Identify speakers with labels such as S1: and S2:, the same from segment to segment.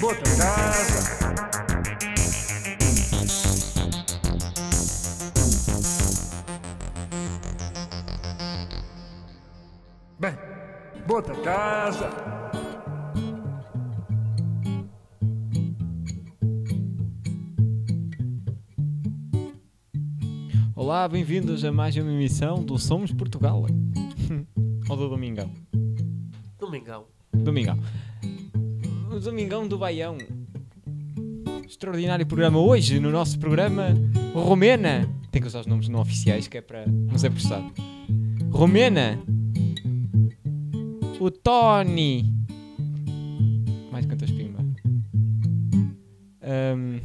S1: Bota casa. Bem, bota casa.
S2: Olá, bem-vindos a mais uma emissão do Somos Portugal. Ou do Domingão.
S3: Domingão.
S2: Domingão. O Domingão do Baião. Extraordinário programa. Hoje, no nosso programa, Romena. Tem que usar os nomes não oficiais, que é para não ser processado. Romena. O Tony. Mais quantas pimba? Ahm,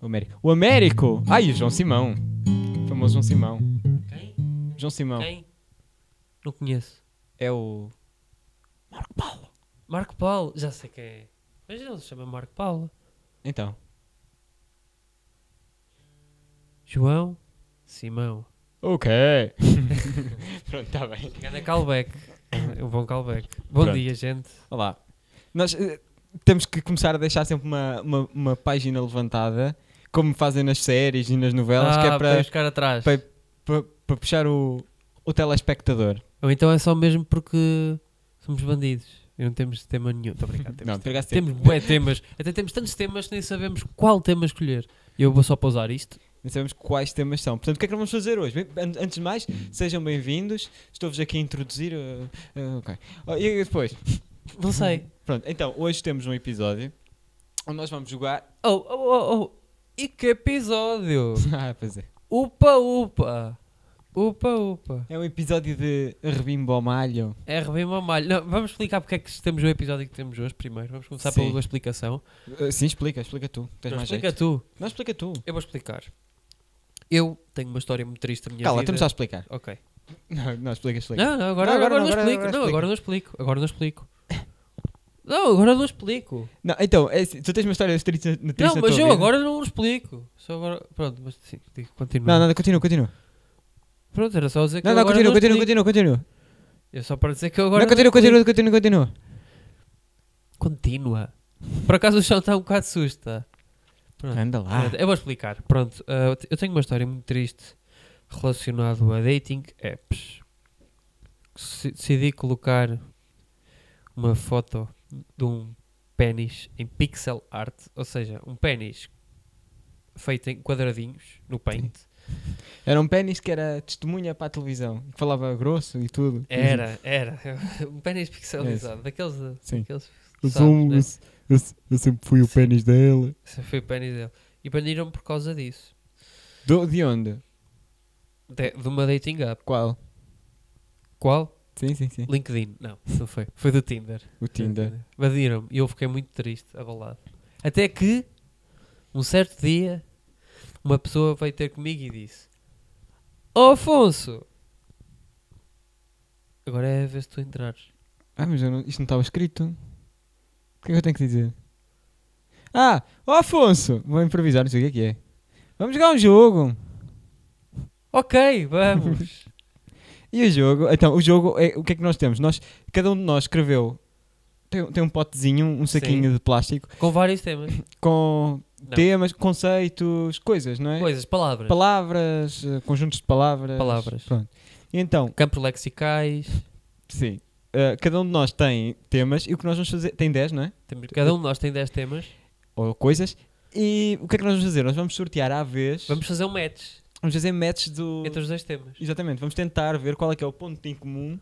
S2: o Américo. O Américo. Ai, o João Simão. O famoso João Simão.
S3: Quem?
S2: João Simão
S3: Quem? Não conheço.
S2: é o. Marco Paulo.
S3: Marco Paulo, já sei quem é. Mas ele se chama Marco Paulo.
S2: Então.
S3: João Simão.
S2: Ok. Pronto, está bem.
S3: Ganda callback. Um bom callback. Bom
S2: Pronto.
S3: dia, gente.
S2: Olá. Nós eh, temos que começar a deixar sempre uma, uma, uma página levantada, como fazem nas séries e nas novelas, que
S3: ah,
S2: é
S3: para ir
S2: para
S3: buscar atrás.
S2: para- para- para puxar o, o telespectador.
S3: Ou então é só mesmo porque somos bandidos. E não temos tema nenhum. Estou brincando. Temos,
S2: Não, pegaste
S3: temos bué temas. Até temos tantos temas que nem sabemos qual tema escolher. E eu vou só pausar isto.
S2: Não sabemos quais temas são. Portanto, o que é que vamos fazer hoje? Bem, an- Antes de mais, sejam bem-vindos. Estou-vos aqui a introduzir. eh, eh, ok. Oh, e depois?
S3: Não sei.
S2: Pronto, então, hoje temos um episódio onde nós vamos jogar.
S3: Oh, oh, oh, oh. E que episódio!
S2: ah, pois é.
S3: Upa, upa. Upa, upa.
S2: É um episódio de Rebimbo ao Malho.
S3: RB Mamalho. Não, vamos explicar porque é que temos o episódio que temos hoje primeiro. Vamos começar
S2: Sim.
S3: pela explicação.
S2: Uh, Sim, explica, explica tu. Tens
S3: Não,
S2: mais
S3: explica
S2: jeito.
S3: tu.
S2: Não, explica tu.
S3: Eu vou explicar. Eu tenho uma história muito triste da minha
S2: Cala,
S3: vida.
S2: estamos já a explicar.
S3: Ok.
S2: Não, não, explica, explica.
S3: Não, não, agora,
S2: Não,
S3: agora, não,
S2: agora não, agora-
S3: explico.
S2: agora
S3: não,
S2: explica.
S3: agora não explico. Agora não explico. Não, agora não explico.
S2: Não, então, é assim, tu tens uma história de triste, de triste
S3: não,
S2: da
S3: mas
S2: tua
S3: eu
S2: vida?
S3: agora não explico. Só agora. Pronto, mas sim, digo, continua.
S2: Não, não, continua, continua.
S3: Pronto, era só dizer que
S2: Não,
S3: eu
S2: não,
S3: É agora
S2: continua,
S3: não
S2: continua,
S3: explico.
S2: continua, continua.
S3: É só para dizer que eu agora.
S2: Não, continua,
S3: explico.
S2: continua, continua, continua.
S3: Continua. Por acaso o chão está um bocado susto. Pronto.
S2: Anda lá.
S3: Eu vou explicar. Pronto, ah, eu te- eu tenho uma história muito triste relacionada a dating apps. Se- Decidi colocar uma foto de um pênis em pixel art, ou seja, um pênis feito em quadradinhos no paint.
S2: Era um pênis que era testemunha para a televisão, que falava grosso e tudo.
S3: Era, era. Um pênis pixelizado, daqueles. de-
S2: Sim.
S3: daqueles
S4: Eu,
S3: sabes,
S4: sou um-
S3: né?
S4: eu, eu- eu sempre fui o pênis dela.
S3: Esse Foi o pênis dele. E baniram por causa disso.
S2: Do- de onde?
S3: De, de uma dating app.
S2: Qual?
S3: Qual?
S2: Sim, sim, sim.
S3: LinkedIn. Não, não foi. Foi do Tinder.
S2: O Tinder.
S3: Baniram-me e eu fiquei muito triste, abalado. Até que, um certo dia, uma pessoa veio ter comigo e disse: Oh Afonso, agora é a vez de tu entrares.
S2: Ah, mas eu não- isto não estava escrito. O que é que eu tenho que dizer? Ah, ó Afonso! Vou improvisar, não sei o que é que é. Vamos jogar um jogo.
S3: Ok, vamos.
S2: E o jogo? Então, o jogo é o que é que nós temos? Nós, cada um de nós escreveu. Tem, tem um potezinho, um saquinho de plástico
S3: Com vários temas.
S2: com
S3: Não.
S2: temas, conceitos, coisas, não é?
S3: Coisas, palavras.
S2: Palavras, eh, conjuntos de palavras.
S3: Palavras.
S2: Pronto. E então,
S3: Campos lexicais.
S2: sim. eh, cada um de nós tem temas e o que nós vamos fazer. Tem 10, não é?
S3: Temos- cada um de nós tem 10 temas.
S2: Ou coisas. E o que é que nós vamos fazer? Nós vamos sortear à vez.
S3: Vamos fazer um match
S2: Vamos fazer matches do.
S3: entre os dois temas.
S2: Exatamente, vamos tentar ver qual é que é o ponto em comum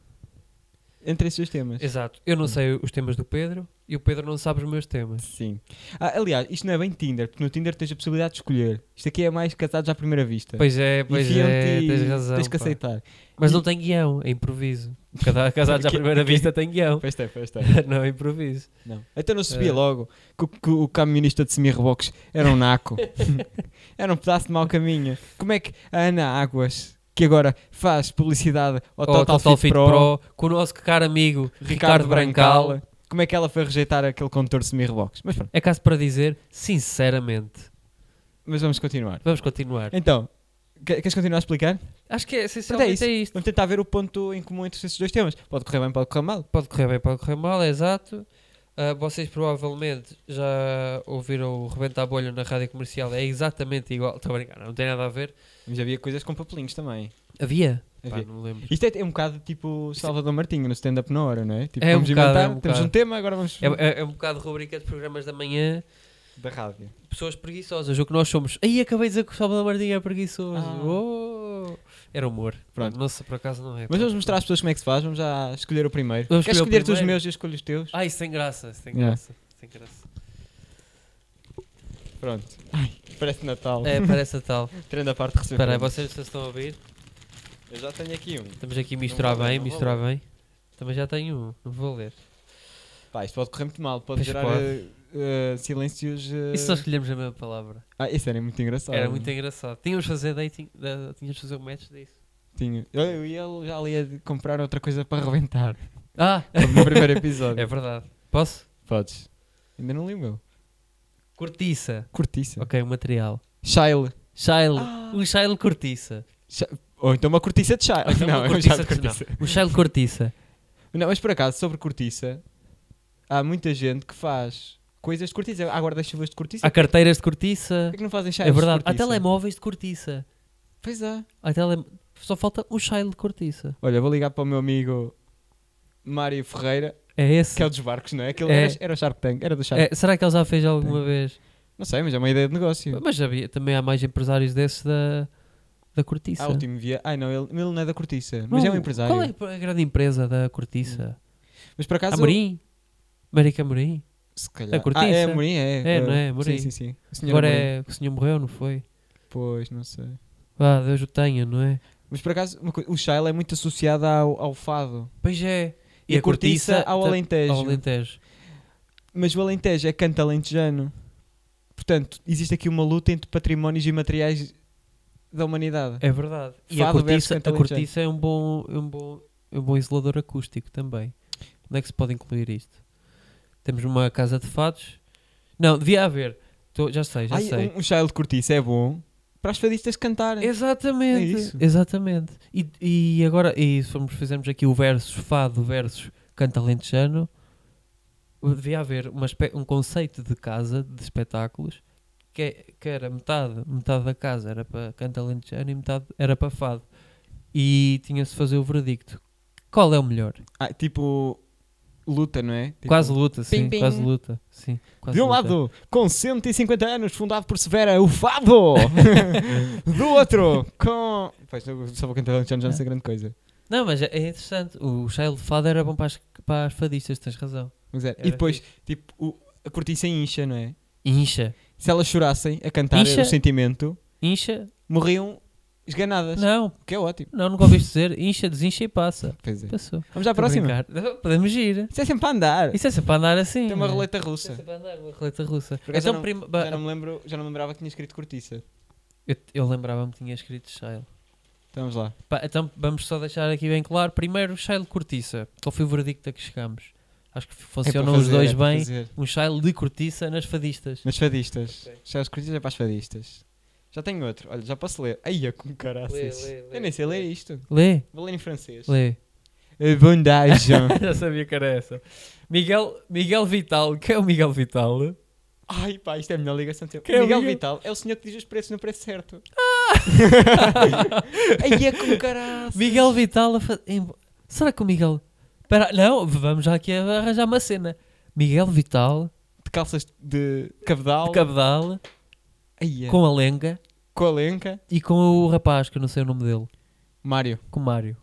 S2: entre esses dois temas.
S3: Exato. Eu não sei os temas do Pedro e o Pedro não sabe os meus temas.
S2: Sim. Ah, aliás, isto não é bem Tinder, porque no Tinder tens a possibilidade de escolher. Isto aqui é mais casados à primeira vista.
S3: Pois é, pois é,
S2: Enfiam-te e
S3: tens razão.
S2: Tens que
S3: pá.
S2: aceitar.
S3: Mas não tem guião, é improviso. Cada casado à
S2: Que-
S3: primeira
S2: que-
S3: vista tem guião.
S2: Pois tem, pois tem.
S3: não é improviso.
S2: Não. Até não sabia
S3: É.
S2: logo que, o- que o camionista de semi-reboques era um naco. era um pedaço de mau caminho. Como é que a Ana Águas, que agora faz publicidade ao
S3: Ou
S2: Total, Fit, Pro,
S3: com o nosso caro amigo
S2: Ricardo,
S3: Ricardo
S2: Brancal,
S3: Brancal.
S2: como é que ela foi rejeitar aquele condutor de semi-reboques? Mas pronto,
S3: É caso para dizer, sinceramente.
S2: mas vamos continuar.
S3: Vamos continuar.
S2: Então, Que- Queres continuar a explicar?
S3: Acho que é,
S2: Pronto, é
S3: essencialmente
S2: isso.
S3: é isto.
S2: Vamos tentar ver o ponto em comum entre esses dois temas. Pode correr bem, pode correr mal.
S3: Pode correr bem, pode correr mal, é exato. Ah, vocês provavelmente já ouviram o Rebenta a Bolha na rádio comercial, é exatamente igual. Estou a brincar, não tem nada a ver.
S2: Mas havia coisas com papelinhos também.
S3: Havia? Pá,
S2: Havia.
S3: não me lembro.
S2: Isto é, é um bocado tipo Salvador Martinho no stand-up na hora, não é? Tipo,
S3: É um
S2: vamos
S3: bocado,
S2: inventar,
S3: é um
S2: temos
S3: bocado.
S2: um tema, agora vamos.
S3: É, é- é um bocado rubrica de programas da manhã,
S2: Da rádio.
S3: pessoas preguiçosas, o que nós somos. Aí acabei de dizer que o Salvador Martinho é preguiçoso.
S2: Ah.
S3: Oh! Era humor.
S2: Pronto.
S3: Nossa, por acaso não é.
S2: Mas vamos mostrar às pessoas como é que se faz, vamos já escolher o primeiro.
S3: Vamos
S2: Queres
S3: escolher
S2: escolher,
S3: o
S2: os
S3: primeiro?
S2: meus e eu escolho os teus?
S3: Ah, isso tem graça, isso tem
S2: Yeah.
S3: graça. isso tem graça.
S2: Pronto. Ai, parece Natal.
S3: É, parece a tal.
S2: Tirando a parte de receber.
S3: Espera aí, vocês vocês estão a ouvir?
S2: Eu já tenho aqui um.
S3: Estamos aqui a misturar
S2: vou ler,
S3: bem,
S2: não vou
S3: misturar bem. Também já tenho um, não vou ler.
S2: Pá, isto pode correr muito mal, pode
S3: Pois
S2: gerar
S3: pode.
S2: eh, eh, silêncios. eh,
S3: E se nós escolhermos a mesma palavra?
S2: Ah, isso era muito engraçado.
S3: Era muito engraçado. Tínhamos de fazer dating, da- tínhamos de fazer um match disso.
S2: Tinha. Eu, eu e ele já ali ia de comprar outra coisa para reventar.
S3: Ah!
S2: Como no primeiro episódio.
S3: é verdade. Posso?
S2: Podes. Ainda não li o meu.
S3: Cortiça.
S2: Cortiça.
S3: Ok, o material.
S2: Shile.
S3: Shile.
S2: Ah.
S3: Um shile cortiça.
S2: Ou então uma cortiça de shile.
S3: Ou então
S2: não,
S3: uma
S2: é um chá
S3: cortiça
S2: de
S3: de-
S2: cortiça.
S3: Um shile cortiça.
S2: Não, mas por acaso, sobre cortiça, há muita gente que faz coisas de cortiça. Ah, Há guarda-chuvas de cortiça.
S3: Há carteiras de cortiça.
S2: Porquê que não fazem shiles
S3: Ah, É verdade.
S2: de
S3: Há
S2: cortiça?
S3: telemóveis de cortiça.
S2: Pois há.
S3: Há tele... Só falta um shile de cortiça.
S2: Olha, vou ligar para o meu amigo Mário Ferreira,
S3: É esse?
S2: que é o dos barcos, não é? Aquele
S3: É.
S2: Era, era o Shark Tank, era do Shark
S3: É, será que ele já fez alguma vez?
S2: Não sei, mas é uma ideia de negócio.
S3: Mas havia, também há mais empresários desses da, da cortiça.
S2: Ah, último via. Ai não, ele, ele não é da cortiça, mas é um
S3: Não,
S2: empresário. Hum.
S3: Qual é a grande empresa da cortiça?
S2: Mas por acaso.
S3: Amorim? América Amorim?
S2: Se calhar.
S3: É cortiça?
S2: Ah, é Amorim, é.
S3: É, não é? Amorim.
S2: Sim, sim, sim. O senhor
S3: Agora
S2: Amorim.
S3: é que o senhor morreu, não foi?
S2: Pois, não sei.
S3: Vá, Deus o tenha, não é?
S2: Mas por acaso, uma coisa, o Shile é muito associado ao, ao fado.
S3: Pois é.
S2: E, a cortiça, ao
S3: ta-
S2: Alentejo.
S3: Ao Alentejo.
S2: Mas o Alentejo é canto alentejano. Portanto, existe aqui uma luta entre patrimónios e materiais da humanidade.
S3: É verdade. E a
S2: Fado versus
S3: cortiça, a
S2: Alentejo.
S3: cortiça é um bom, é um bom, é um bom isolador acústico também. Onde é que se pode incluir isto? Temos uma casa de fados. Não, devia haver. Tô- já sei, É, já
S2: Ai,
S3: sei.
S2: um, um Shile de cortiça é bom para as fadistas cantarem.
S3: Exatamente,
S2: É isso.
S3: exatamente. E, e agora, e se formos, fizermos aqui o versus fado versus canta alentejano, devia haver uma espé- um conceito de casa, de espetáculos, que, é- que era metade, metade da casa era para canta alentejano e metade era para fado. E tinha-se de fazer o veredicto. Qual é o melhor?
S2: Ah, tipo, luta, não é? Tipo,
S3: quase luta, sim,
S2: pim, pim.
S3: quase luta. Sim, quase
S2: De um
S3: luta.
S2: lado, com 150 anos, fundado por Severa, o Fado! Do outro, com. Pois, eu só vou cantar Alexandre,
S3: É.
S2: já não sei grande coisa.
S3: Não, mas é é interessante. O Shail Fado era bom para as, para as fadistas, tens razão.
S2: Mas é.
S3: Era
S2: E depois,
S3: fixe.
S2: tipo, o- a cortiça incha, não é?
S3: Incha.
S2: Se elas chorassem a cantar
S3: Incha?
S2: o sentimento,
S3: Incha?
S2: morriam esganadas.
S3: Não,
S2: Que é ótimo.
S3: Não, nunca ouviste dizer. Incha, desincha e passa.
S2: Pois é.
S3: Passou.
S2: Vamos
S3: Tô
S2: à
S3: a
S2: próxima.
S3: brincar. Podemos ir.
S2: Isso é sempre para andar.
S3: Isso é sempre para andar assim.
S2: Tem uma
S3: né?
S2: roleta
S3: Isso é
S2: russa.
S3: sempre para andar, uma roleta russa.
S2: Por acaso
S3: Então,
S2: já não-
S3: prima- ba-
S2: Já não me lembro, já não me lembrava que tinha escrito cortiça.
S3: eu, eu lembrava-me que tinha escrito Shale.
S2: Então vamos lá.
S3: Pá, então vamos só deixar aqui bem claro. Primeiro, Shale cortiça. Qual foi o veredicto a que chegamos? Acho que funcionam
S2: É para
S3: os dois
S2: fazer, é para
S3: bem.
S2: fazer.
S3: Um Shale de cortiça nas fadistas.
S2: Nas fadistas. Já as cortiças é para as fadistas. Já tenho outro. Olha, já posso ler. Ai, é com caraças.
S3: Lê, lê, lê,
S2: Eu nem sei ler
S3: lê.
S2: isto.
S3: Lê,
S2: Vou ler em francês.
S3: lê.
S2: Abundagem.
S3: Já sabia que era essa. Miguel, Miguel Vital. Quem é o Miguel Vital?
S2: Ai pá, isto é a melhor ligação de sempre.
S3: Que é o
S2: Miguel
S3: Miguel?
S2: Vital é o senhor que diz os preços no preço certo. Ai, é com caraças.
S3: Ah! Miguel Vital a fa- em- Será que o Miguel. Espera, não, vamos já aqui arranjar uma cena. Miguel Vital,
S2: De calças de cabedal.
S3: de Cabedal,
S2: Ai, é.
S3: com a Lenga
S2: Com a lenca.
S3: e com o rapaz, que eu não sei o nome dele,
S2: Mário.
S3: com o Mário.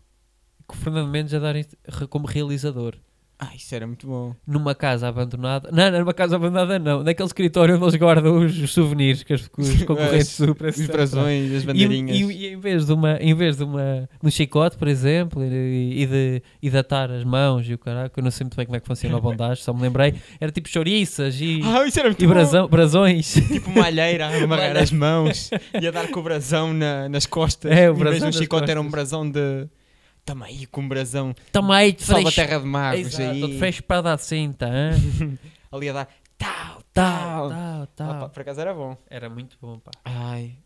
S3: Com o Fernando Mendes a dar inst- re- como realizador.
S2: Ai, isso era muito bom.
S3: Numa casa abandonada. Não, não, numa casa abandonada não. Naquele escritório onde eles guardam os, os souvenirs que os, que os concorrentes do
S2: As
S3: Preço Certo é?
S2: vibrações, as
S3: E, um-
S2: bandeirinhas.
S3: e, e em vez de uma, em vez de uma, de um chicote, por exemplo, e, e de, e de atar as mãos e o caraca, eu não sei muito bem como é que funciona a bondagem, só me lembrei, era tipo chouriças e,
S2: Ah, isso era muito
S3: e
S2: bom.
S3: brasão- brasões.
S2: Tipo uma alheira a amarrar as mãos e a dar com o brasão na- nas costas.
S3: É, o
S2: Em vez
S3: brasão
S2: de um
S3: nas
S2: chicote era um
S3: costas.
S2: brasão de. Tamo aí com um brasão.
S3: Toma aí,
S2: Salva a
S3: fresco.
S2: terra de magos.
S3: Exato,
S2: Aí,
S3: fresco para dar cinta, hã?
S2: ali a dar. Tal,
S3: tal,
S2: tal.
S3: tal,
S2: Ah, pá,
S3: tal.
S2: por acaso era bom.
S3: Era muito bom, pá.
S2: Ai.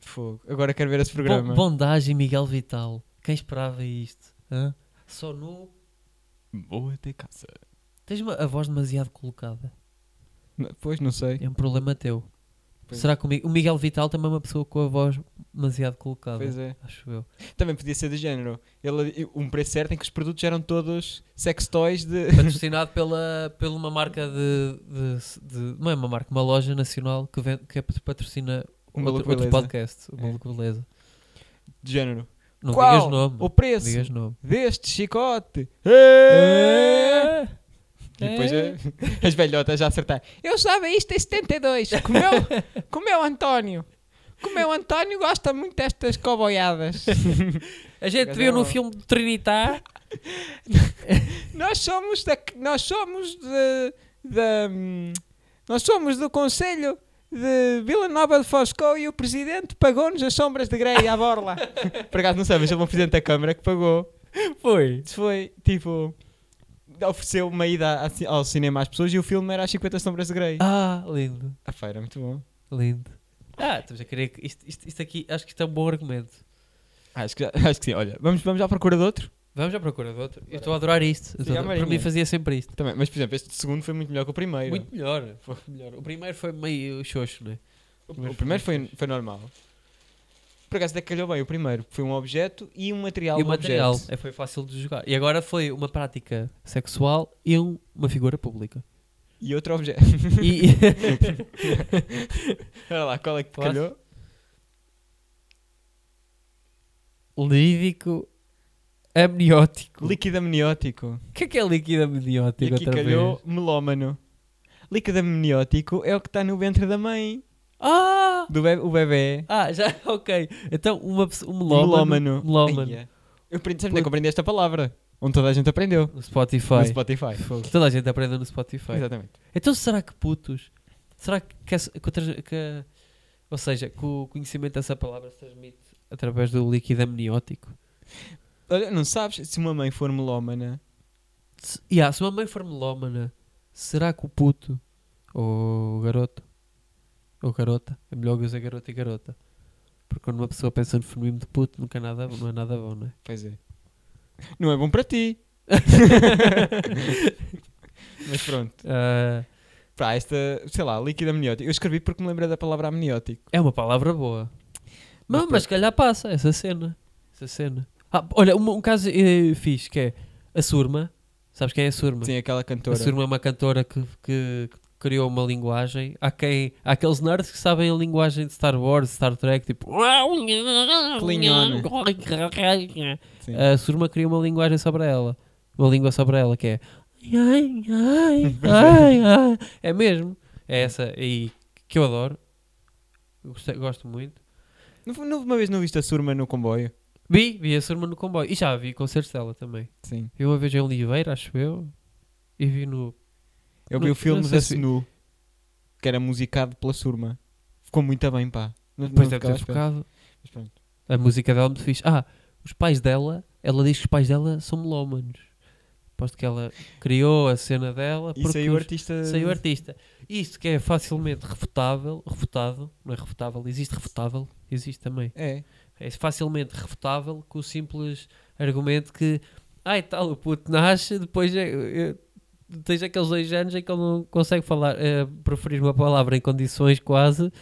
S2: Fogo. Agora quero ver esse
S3: Bon,
S2: programa.
S3: bondagem, Miguel Vital. Quem esperava isto? Hã? Só nu.
S4: Vou até casa.
S3: Tens uma- a voz demasiado colocada.
S2: N- Pois, não sei.
S3: É um problema teu.
S2: Pois.
S3: Será que o, Mi- o Miguel Vital também é uma pessoa com a voz demasiado colocada?
S2: Pois é.
S3: Acho eu.
S2: Também podia ser de género. Ele, um preço certo em que os produtos eram todos sex toys de.
S3: Patrocinado pela, pela uma marca de, de- de- Não é uma marca, uma loja nacional que, vende, que patrocina outro,
S2: O Maluco
S3: outro
S2: Beleza.
S3: podcast. O
S2: É.
S3: Maluco Beleza.
S2: De género.
S3: Não
S2: Qual
S3: digas nome. É.
S2: O
S3: não
S2: preço
S3: digas nome.
S2: deste chicote. E depois
S3: É.
S2: a- as velhotas já acertaram. Eu usava isto em 72. Comeu, comeu António. Comeu António gosta muito destas coboiadas.
S3: A gente
S2: Mas
S3: viu
S2: não.
S3: no filme de Trinitar.
S2: nós somos da, nós somos de, da- nós somos do Conselho de Vila Nova de Foscou e o presidente pagou-nos as sombras de grei à borla. Por acaso não sabes, houve um presidente da Câmara que pagou.
S3: Foi.
S2: Isso foi tipo. Ofereceu uma ida a ci- ao cinema às pessoas e o filme era As 50 Sombras de Grey.
S3: Ah, lindo.
S2: A feira, muito bom.
S3: Lindo. Ah, estamos a querer que isto, isto, isto aqui, acho que isto é um bom argumento.
S2: Acho que, acho que sim, olha. Vamos, vamos à procura de outro?
S3: Vamos à procura de outro. Eu estou a adorar isto. Eu estou a-
S2: à
S3: Para mim
S2: marinha.
S3: fazia sempre isto.
S2: Também, mas por exemplo, este segundo foi muito melhor que o primeiro.
S3: Muito melhor. Foi melhor. O primeiro foi meio xoxo, não é?
S2: O primeiro foi, foi normal. Por acaso até calhou bem o primeiro. Foi um objeto e um material.
S3: E o
S2: do
S3: material
S2: objeto.
S3: é, foi fácil de jogar. E agora foi uma prática sexual e um- uma figura pública.
S2: E outro objeto.
S3: E,
S2: Olha lá, qual é que te
S3: Posso?
S2: calhou?
S3: lírico amniótico.
S2: Líquido amniótico.
S3: O que é que é líquido amniótico?
S2: E aqui
S3: outra
S2: calhou
S3: vez?
S2: melómano. Líquido amniótico é o que está no ventre da mãe.
S3: Ah!
S2: Do be o bebê.
S3: Ah, já, ok. Então, uma, pessoa- um melómano.
S2: Melómano.
S3: melómano.
S2: Eia. Eu aprendi, sabes onde é que eu aprendi esta palavra? Onde toda a gente aprendeu.
S3: No
S2: No
S3: Spotify.
S2: Spotify. Fogo.
S3: Toda a gente aprende no Spotify.
S2: Exatamente.
S3: Então será que putos? Será que, que, essa- que, outras- que- ou seja, que o conhecimento dessa palavra se transmite através do líquido amniótico?
S2: Olha, não sabes se uma mãe for melómana.
S3: Se, yeah, se uma mãe for melómana, será que o puto ou o garoto ou garota é melhor usar garota e garota? Porque quando uma pessoa pensa no feminino de puto, nunca é nada, não é nada bom, não é?
S2: Pois é. Não é bom para ti. Mas pronto.
S3: Ah,
S2: Pá, esta, sei lá, líquido amniótico. Eu escrevi porque me lembrei da palavra amniótico.
S3: é uma palavra boa.
S2: Mas
S3: Mas, mas se calhar passa essa cena. Essa cena. Ah, olha, um, um caso eh, fixe que é a Surma. Sabes quem é a Surma?
S2: Sim, aquela cantora.
S3: A Surma é uma cantora que, que- que criou uma linguagem. Há, quem, há aqueles nerds que sabem a linguagem de Star Wars, Star Trek, tipo.
S2: Klingon. Sim.
S3: A Surma criou uma linguagem sobre ela. Uma língua sobre ela que é. ai, ai, ai, ai. É mesmo. É essa. E que eu adoro. Eu gostei- gosto muito.
S2: Não, foi- não- uma vez não viste a Surma no comboio?
S3: Vi, vi a Surma no comboio. E já vi concertos dela também.
S2: Sim.
S3: Vi uma vez em Oliveira, acho eu. E vi no
S2: Eu
S3: Não-
S2: vi o
S3: não
S2: filme
S3: sei
S2: da
S3: se-
S2: Senu, que era musicado pela Surma. Ficou muito bem, pá. Não,
S3: Depois deve
S2: não ficava à
S3: ter
S2: espera.
S3: focado.
S2: Mas pronto.
S3: A música dela é muito fixe. Ah, os pais dela, ela diz que os pais dela são melómanos. Aposto que ela criou a cena dela
S2: E
S3: porque
S2: saiu o
S3: os-
S2: artista.
S3: saiu artista. Isto que é facilmente refutável, refutado, não é refutável, existe refutável, existe também.
S2: É.
S3: É facilmente refutável com o simples argumento que, ai tal, o puto nasce, depois é, é, tens aqueles dois anos em que ele não consegue falar, é, preferir uma palavra em condições quase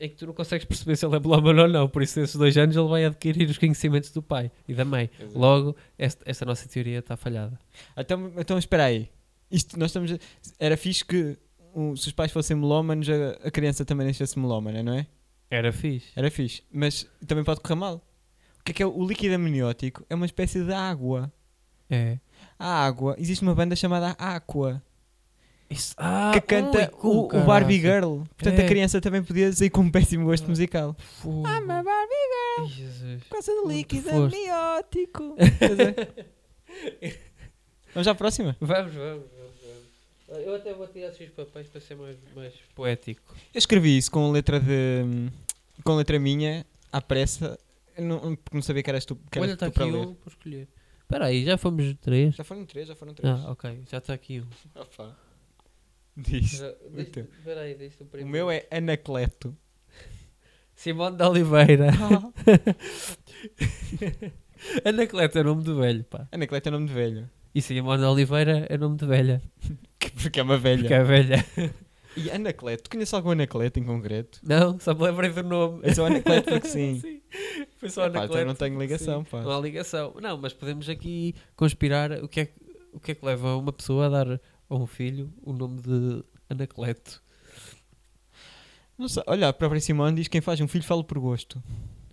S3: em que tu não consegues perceber se ele é melómano ou não. Por isso, nesses dois anos, ele vai adquirir os conhecimentos do pai e da mãe. Logo, esta, esta nossa teoria está falhada.
S2: Então, então espera aí. Isto, nós estamos. a- Era fixe que o- se os pais fossem melómanos, a, a criança também nascesse melómana, não é?
S3: Era fixe.
S2: Era fixe. Mas também pode correr mal. O que é que é o o líquido amniótico? É uma espécie de água.
S3: É.
S2: A água. Existe uma banda chamada Aqua.
S3: Isso, ah,
S2: que canta
S3: ui,
S2: o,
S3: com
S2: o Barbie
S3: caraças.
S2: Girl. Portanto,
S3: É.
S2: a criança também podia sair com um péssimo gosto musical.
S3: Fogo.
S2: Ah, mas Barbie
S3: Ai, Jesus.
S2: por causa do
S3: Onde
S2: líquido
S3: tu foste?
S2: amniótico. Pois é. Vamos à próxima.
S3: Vamos, vamos, vamos, vamos. Eu até vou tirar os papéis para ser mais, mais poético.
S2: Eu escrevi isso com letra de. com letra minha, à pressa, não, porque não sabia que eras tu, que eras
S3: Olha, está
S2: tu
S3: aqui
S2: para ler.
S3: um para escolher. Espera aí, já fomos três?
S2: Já foram três, já foram três.
S3: Ah, ok, já está aqui um.
S2: Opa. Diz.
S3: Já-
S2: o teu.
S3: deixa- Espera aí, deixa o
S2: O é
S3: primeiro.
S2: meu é Anacleto.
S3: Simone de Oliveira.
S2: Oh,
S3: Anacleto é nome de velho, pá.
S2: Anacleto é nome de velho.
S3: E Simone de Oliveira é nome de velha.
S2: Que- Porque é uma velha.
S3: Porque é velha.
S2: E Anacleto, tu conheces algum Anacleto em concreto?
S3: Não, só me lembrei do nome.
S2: É só Anacleto porque sim.
S3: Foi só
S2: Epá,
S3: Anacleto.
S2: então não tenho ligação, pá.
S3: Não há ligação. Não, mas podemos aqui conspirar o que é que, o que, é que leva uma pessoa a dar a um filho o nome de Anacleto.
S2: Não sei. Olha, a própria Simone diz que quem faz um filho fala por gosto.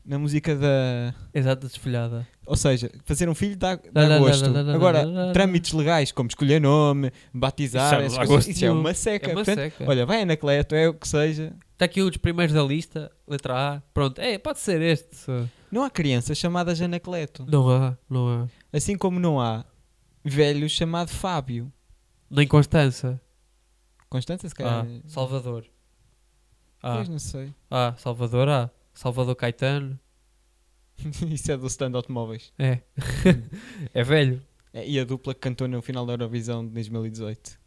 S2: Na música da.
S3: Exato, desfolhada.
S2: Ou seja, fazer um filho dá,
S3: Dá,
S2: dá
S3: dá,
S2: gosto.
S3: dá, dá, dá,
S2: Agora,
S3: dá, dá, dá.
S2: trâmites legais como escolher nome,
S4: Isso
S2: batizar,
S4: é
S2: essas
S4: lá
S2: coisas,
S3: gosto
S2: isso é
S3: nenhum.
S2: uma seca.
S3: É uma
S2: Portanto,
S3: seca.
S2: Olha, vai Anacleto, é o que seja.
S3: Está aqui um dos primeiros da lista, letra A. Pronto, é, pode ser este. só.
S2: Não há crianças chamadas Anacleto.
S3: Não há, não há.
S2: Assim como não há velho chamado Fábio.
S3: Nem Constança.
S2: Constança, se
S3: Ah,
S2: calhar.
S3: Salvador. Ah,
S2: Pois não sei.
S3: ah, Salvador, ah. Salvador Caetano.
S2: Isso é do stand de automóveis.
S3: É. é velho.
S2: É, E a dupla que cantou no final da Eurovisão de 2018.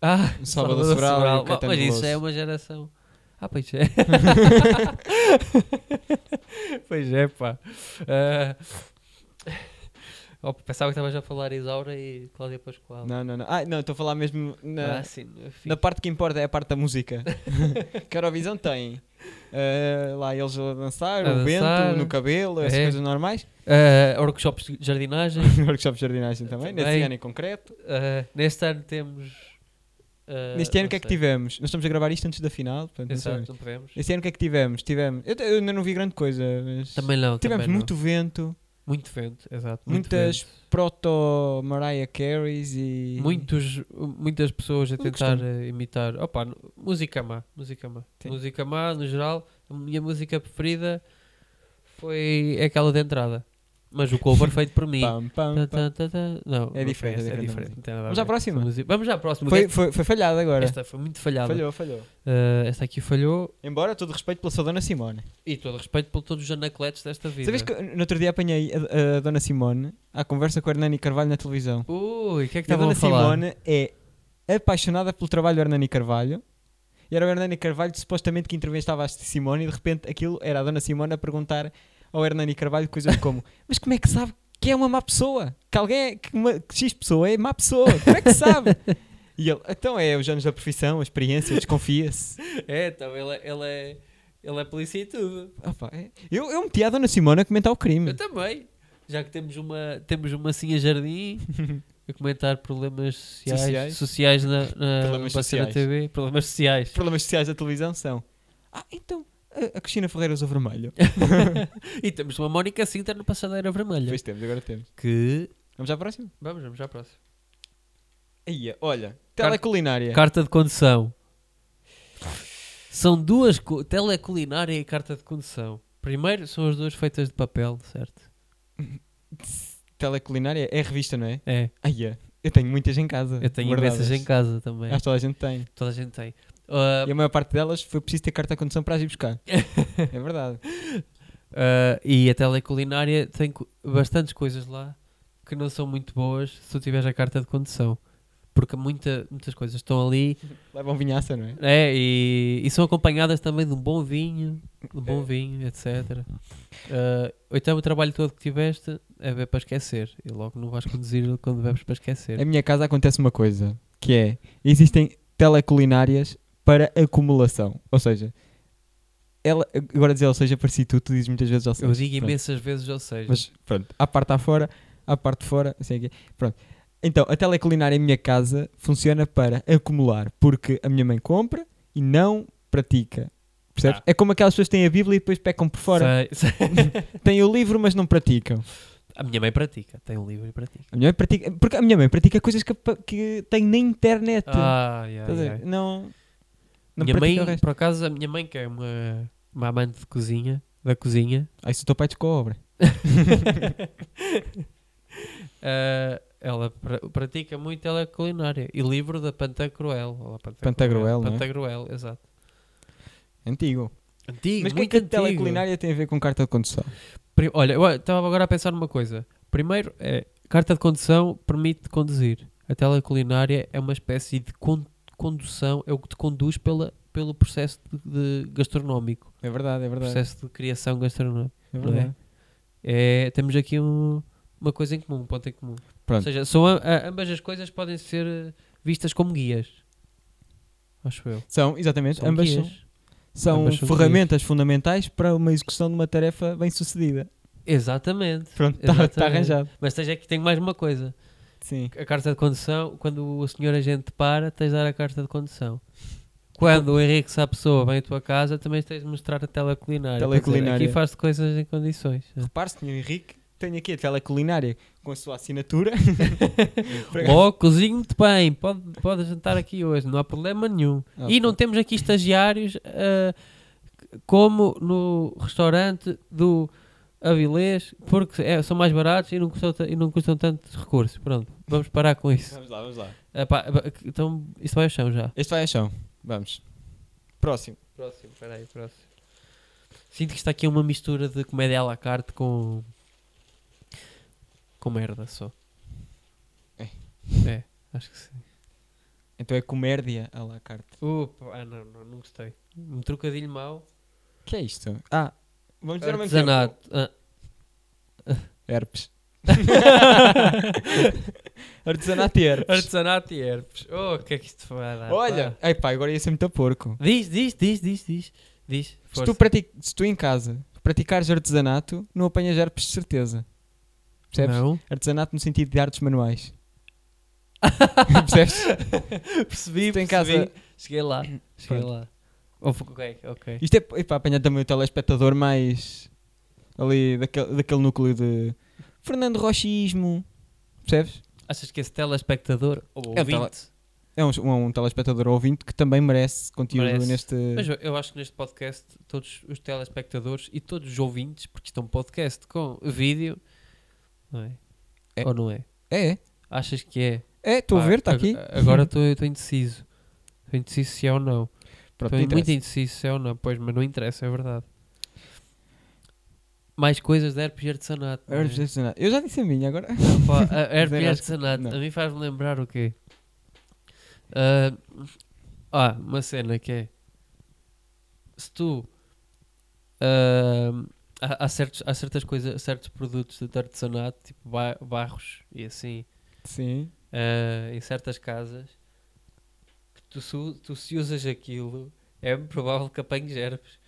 S3: Ah,
S2: O Salvador Sobral e o
S3: Mas-
S2: Caetano
S3: Mas isso
S2: Veloso.
S3: é uma geração. Ah, pois é. pois é, pá. Ah, oh, pensava que estavas a falar Isaura e Cláudia Pascoal.
S2: Não, não, não. Ah, não, estou a falar mesmo na,
S3: Ah, sim, no fim.
S2: na parte que importa, é a parte da música. que a Eurovisão tem. eh, lá eles a dançar,
S3: A dançar.
S2: o vento no cabelo, essas
S3: É.
S2: coisas normais.
S3: Ah, workshops de jardinagem.
S2: Workshop de jardinagem também, então, nesse
S3: Também.
S2: ano em concreto.
S3: Ah, neste ano temos. ah,
S2: Neste ano
S3: não
S2: o que é que
S3: sei.
S2: tivemos? Nós estamos a gravar isto antes da final, portanto, não
S3: Exato,
S2: sabemos.
S3: não podemos.
S2: Este ano o que é que tivemos? Tivemos. Eu, te- eu ainda não vi grande coisa, mas.
S3: Também não.
S2: tivemos
S3: também não.
S2: muito vento,
S3: Muito vento, exato. muito
S2: muitas
S3: vento.
S2: proto Mariah Careys e.
S3: Muitos, muitas pessoas a
S2: Não
S3: tentar
S2: gostei.
S3: eh, imitar. Opa, n- música má, música má.
S2: Sim.
S3: Música má, no geral, a minha música preferida foi aquela de entrada. Mas o cover feito por mim.
S2: Pam, pam,
S3: Tá,
S2: pam.
S3: tá, tá, tá. Não,
S2: É diferente, é
S3: não foi essa, é
S2: diferente a
S3: diferente.
S2: música.
S3: não tem nada a
S2: Vamos
S3: ver
S2: à
S3: com essa
S2: próxima?
S3: música. Vamos à próxima.
S2: Foi,
S3: que
S2: foi, foi falhada agora.
S3: Esta foi muito falhada.
S2: Falhou, falhou.
S3: Eh, esta aqui falhou.
S2: Embora todo respeito pela sua dona Simone.
S3: E todo respeito por todos os anacletos desta vida.
S2: Sabes que no outro dia apanhei a, a dona Simone à conversa com a Hernani Carvalho na televisão.
S3: Ui, o que é que
S2: E a
S3: estavam
S2: dona
S3: a falar?
S2: Simone é apaixonada pelo trabalho do Hernani Carvalho. E era o Hernani Carvalho supostamente que entrevistava a Simone e de repente aquilo era a dona Simone a perguntar ao Hernani Carvalho coisas como Mas como é que sabe que é uma má pessoa? Que alguém, é- que, uma, que X pessoa é má pessoa? Como é que sabe? e ele, então é os anos da profissão, a experiência, desconfia-se.
S3: É, então ele, é- ele é, ele é polícia e tudo.
S2: Opa, é- eu, eu meti a dona Simone a comentar o crime.
S3: Eu também. Já que temos uma, temos uma Sinha Jardim a comentar problemas sociais, sociais.
S2: Sociais.
S3: na, na
S2: Problemas
S3: Bacena
S2: sociais.
S3: TV. Problemas sociais.
S2: Os problemas sociais da televisão são Ah, então a, a Cristina Ferreira usou vermelho.
S3: e temos uma Mónica Sintra no Passadeira Vermelha.
S2: Depois temos, agora temos.
S3: Que.
S2: Vamos à próxima?
S3: Vamos, vamos à próxima.
S2: Aí, olha,
S3: Car-
S2: teleculinária.
S3: É. Carta de condução. São duas. co- Teleculinária e carta de condução. Primeiro são as duas feitas de papel, certo?
S2: Teleculinária é revista, não é?
S3: É.
S2: Aí, é. eu tenho muitas em casa.
S3: Eu tenho
S2: guardadas.
S3: imensas em casa é? também.
S2: Acho que toda a gente tem.
S3: Toda a gente tem. Ah,
S2: é Ah. E é a maior parte delas foi preciso ter carta de condução para as ir buscar. é verdade.
S3: Uh, e a teleculinária tem co- bastantes coisas lá que não são muito boas se tu tiveres a carta de condução. Porque muita, muitas coisas estão ali
S2: Levam vinhaça, não é?
S3: é, e, e são acompanhadas também de um bom vinho, de um
S2: É.
S3: bom vinho, etc. Uh, ou então o trabalho todo que tiveste é ver para esquecer. E logo não vais conduzir quando bebes para esquecer.
S2: Em minha casa acontece uma coisa, que é, existem teleculinárias para acumulação. Ou seja, ela, agora dizer ou seja, pareci tu, tu dizes muitas vezes ou seja.
S3: Eu digo
S2: Pronto.
S3: imensas vezes, ou seja,
S2: assim. Mas pronto, à parte à fora, à parte fora, assim aqui. Pronto. Então, a teleculinária em minha casa funciona para acumular, porque a minha mãe compra e não pratica. Percebes?
S4: Ah.
S2: É como aquelas pessoas que têm a Bíblia e depois pecam por fora.
S3: sei- sei-
S2: Têm o livro, mas não praticam.
S3: a minha mãe pratica, tem um livro e pratica.
S2: A minha mãe pratica, porque a minha mãe pratica coisas que, pa- que tem na internet.
S3: Ah, Ai, ai,
S2: Estás a ver?
S3: ai.
S2: Não, não
S3: minha
S2: pratica o
S3: mãe,
S2: resto.
S3: por acaso, a minha mãe, que é uma, uma amante de cozinha, da cozinha,
S2: Ah, isso o teu pai descobre.
S3: eh, ela pra- pratica muito ela é culinária. E livro da Pantagruel. Olá,
S2: Pantagruel, não é?
S3: Pantagruel, exato.
S2: Antigo.
S3: Antigo,
S2: mas o que é
S3: muito
S2: que a
S3: antigo.
S2: teleculinária tem a ver com carta de condução?
S3: Pri- Olha, eu estava agora a pensar numa coisa. Primeiro, é, carta de condução permite conduzir. A teleculinária é uma espécie de con- condução, é o que te conduz pela pelo processo de, de gastronómico,
S2: É verdade, é verdade.
S3: processo de criação gastronómica.
S2: é
S3: não é?
S2: verdade.
S3: É, temos aqui um- uma coisa em comum, um ponto em comum. Ou
S4: Pronto.
S3: seja, são a- a- ambas as coisas podem ser eh, vistas como guias. Acho eu.
S2: São, exatamente,
S3: São
S2: ambas
S3: guias.
S2: são, são
S3: Ambas são
S2: ferramentas fundamentais para uma execução de uma tarefa bem sucedida.
S3: Exatamente.
S2: Pronto, está
S3: Exatamente.
S2: arranjado.
S3: Mas tens aqui tem mais uma coisa.
S2: Sim.
S3: A carta de condução, quando o senhor agente para, tens de dar a carta de condução. Quando o Henrique se pessoa vem à tua casa, também tens de mostrar a teleculinária.
S2: Teleculinária.
S3: Quer dizer, Aqui faz-te coisas em condições.
S2: Repare, Sr. Henrique, tenho aqui a tela culinária com a sua assinatura.
S3: Oh, cozinho-te bem, pode, pode jantar aqui hoje, não há problema nenhum.
S2: Ah,
S3: Oh, e não
S2: pô.
S3: temos aqui estagiários ah, como no restaurante do Avilés, porque é- são mais baratos e não, custam, ta- e não custam tantos recursos. Pronto, vamos parar com isso.
S2: Vamos lá, vamos lá.
S3: Ah, pá, ah, pá, então, isso vai ao chão já.
S2: Este vai ao chão. Vamos. Próximo.
S3: Próximo, peraí, próximo. Sinto que está aqui uma mistura de comédia à la carte com. com merda só.
S2: É.
S3: É, acho que sim.
S2: Então é comédia à la carte.
S3: Opa, ah não, não, não gostei. Um trocadilho mau.
S2: que é isto? Ah, vamos dizer ao mesmo tempo.
S3: Artesanato. Ah,
S2: Herpes.
S3: Ah.
S2: Artesanato e herpes.
S3: artesanato e herpes. Oh, o que é que isto vai dar?
S2: Olha,
S3: pá?
S2: ai pá, agora ia ser muito a porco.
S3: Diz, diz, diz, diz, diz. Diz.
S2: Se
S3: força.
S2: tu, pratic- se tu em casa praticares artesanato, não apanhas herpes de certeza. Percebes?
S3: Não.
S2: Artesanato no sentido de artes manuais. Percebes?
S3: percebi,
S2: Tu
S3: percebi.
S2: em casa-
S3: Cheguei lá. Cheguei
S2: Pronto.
S3: lá. Ok, ok.
S2: Isto é, é para apanhar também o telespectador mais ali daquele, daquele núcleo de Fernando Rochismo. Percebes?
S3: Achas que esse telespectador um ou
S2: É o tele-
S3: ouvinte?
S2: É um, um, um telespectador ouvinte que também merece conteúdo
S3: Merece.
S2: neste.
S3: Mas eu- eu acho que neste podcast todos os telespectadores e todos os ouvintes, porque isto é um podcast com vídeo, não é?
S2: É.
S3: Ou não é?
S2: É,
S3: Achas que é?
S2: é, estou a
S3: Pá,
S2: ver, está
S3: ag-
S2: aqui.
S3: Agora estou estou indeciso. Estou indeciso se é ou não.
S2: Pronto,
S3: Estou
S2: não
S3: muito
S2: interessa.
S3: indeciso se é ou não. Pois, mas não interessa, é verdade. Mais coisas de herpes e artesanato. não é?
S2: Herpes de artesanato. Eu já disse a minha agora.
S3: Pá, a- herpes e
S2: Não.
S3: artesanato. A mim faz-me lembrar o quê? Ah, ah, uma cena que é... Se tu... ah, há, há certos, há certas coisas, certos produtos de artesanato, tipo ba- barros e assim...
S2: Sim.
S3: Ah, em certas casas que tu se, u- tu se usas aquilo é provável que apanhes herpes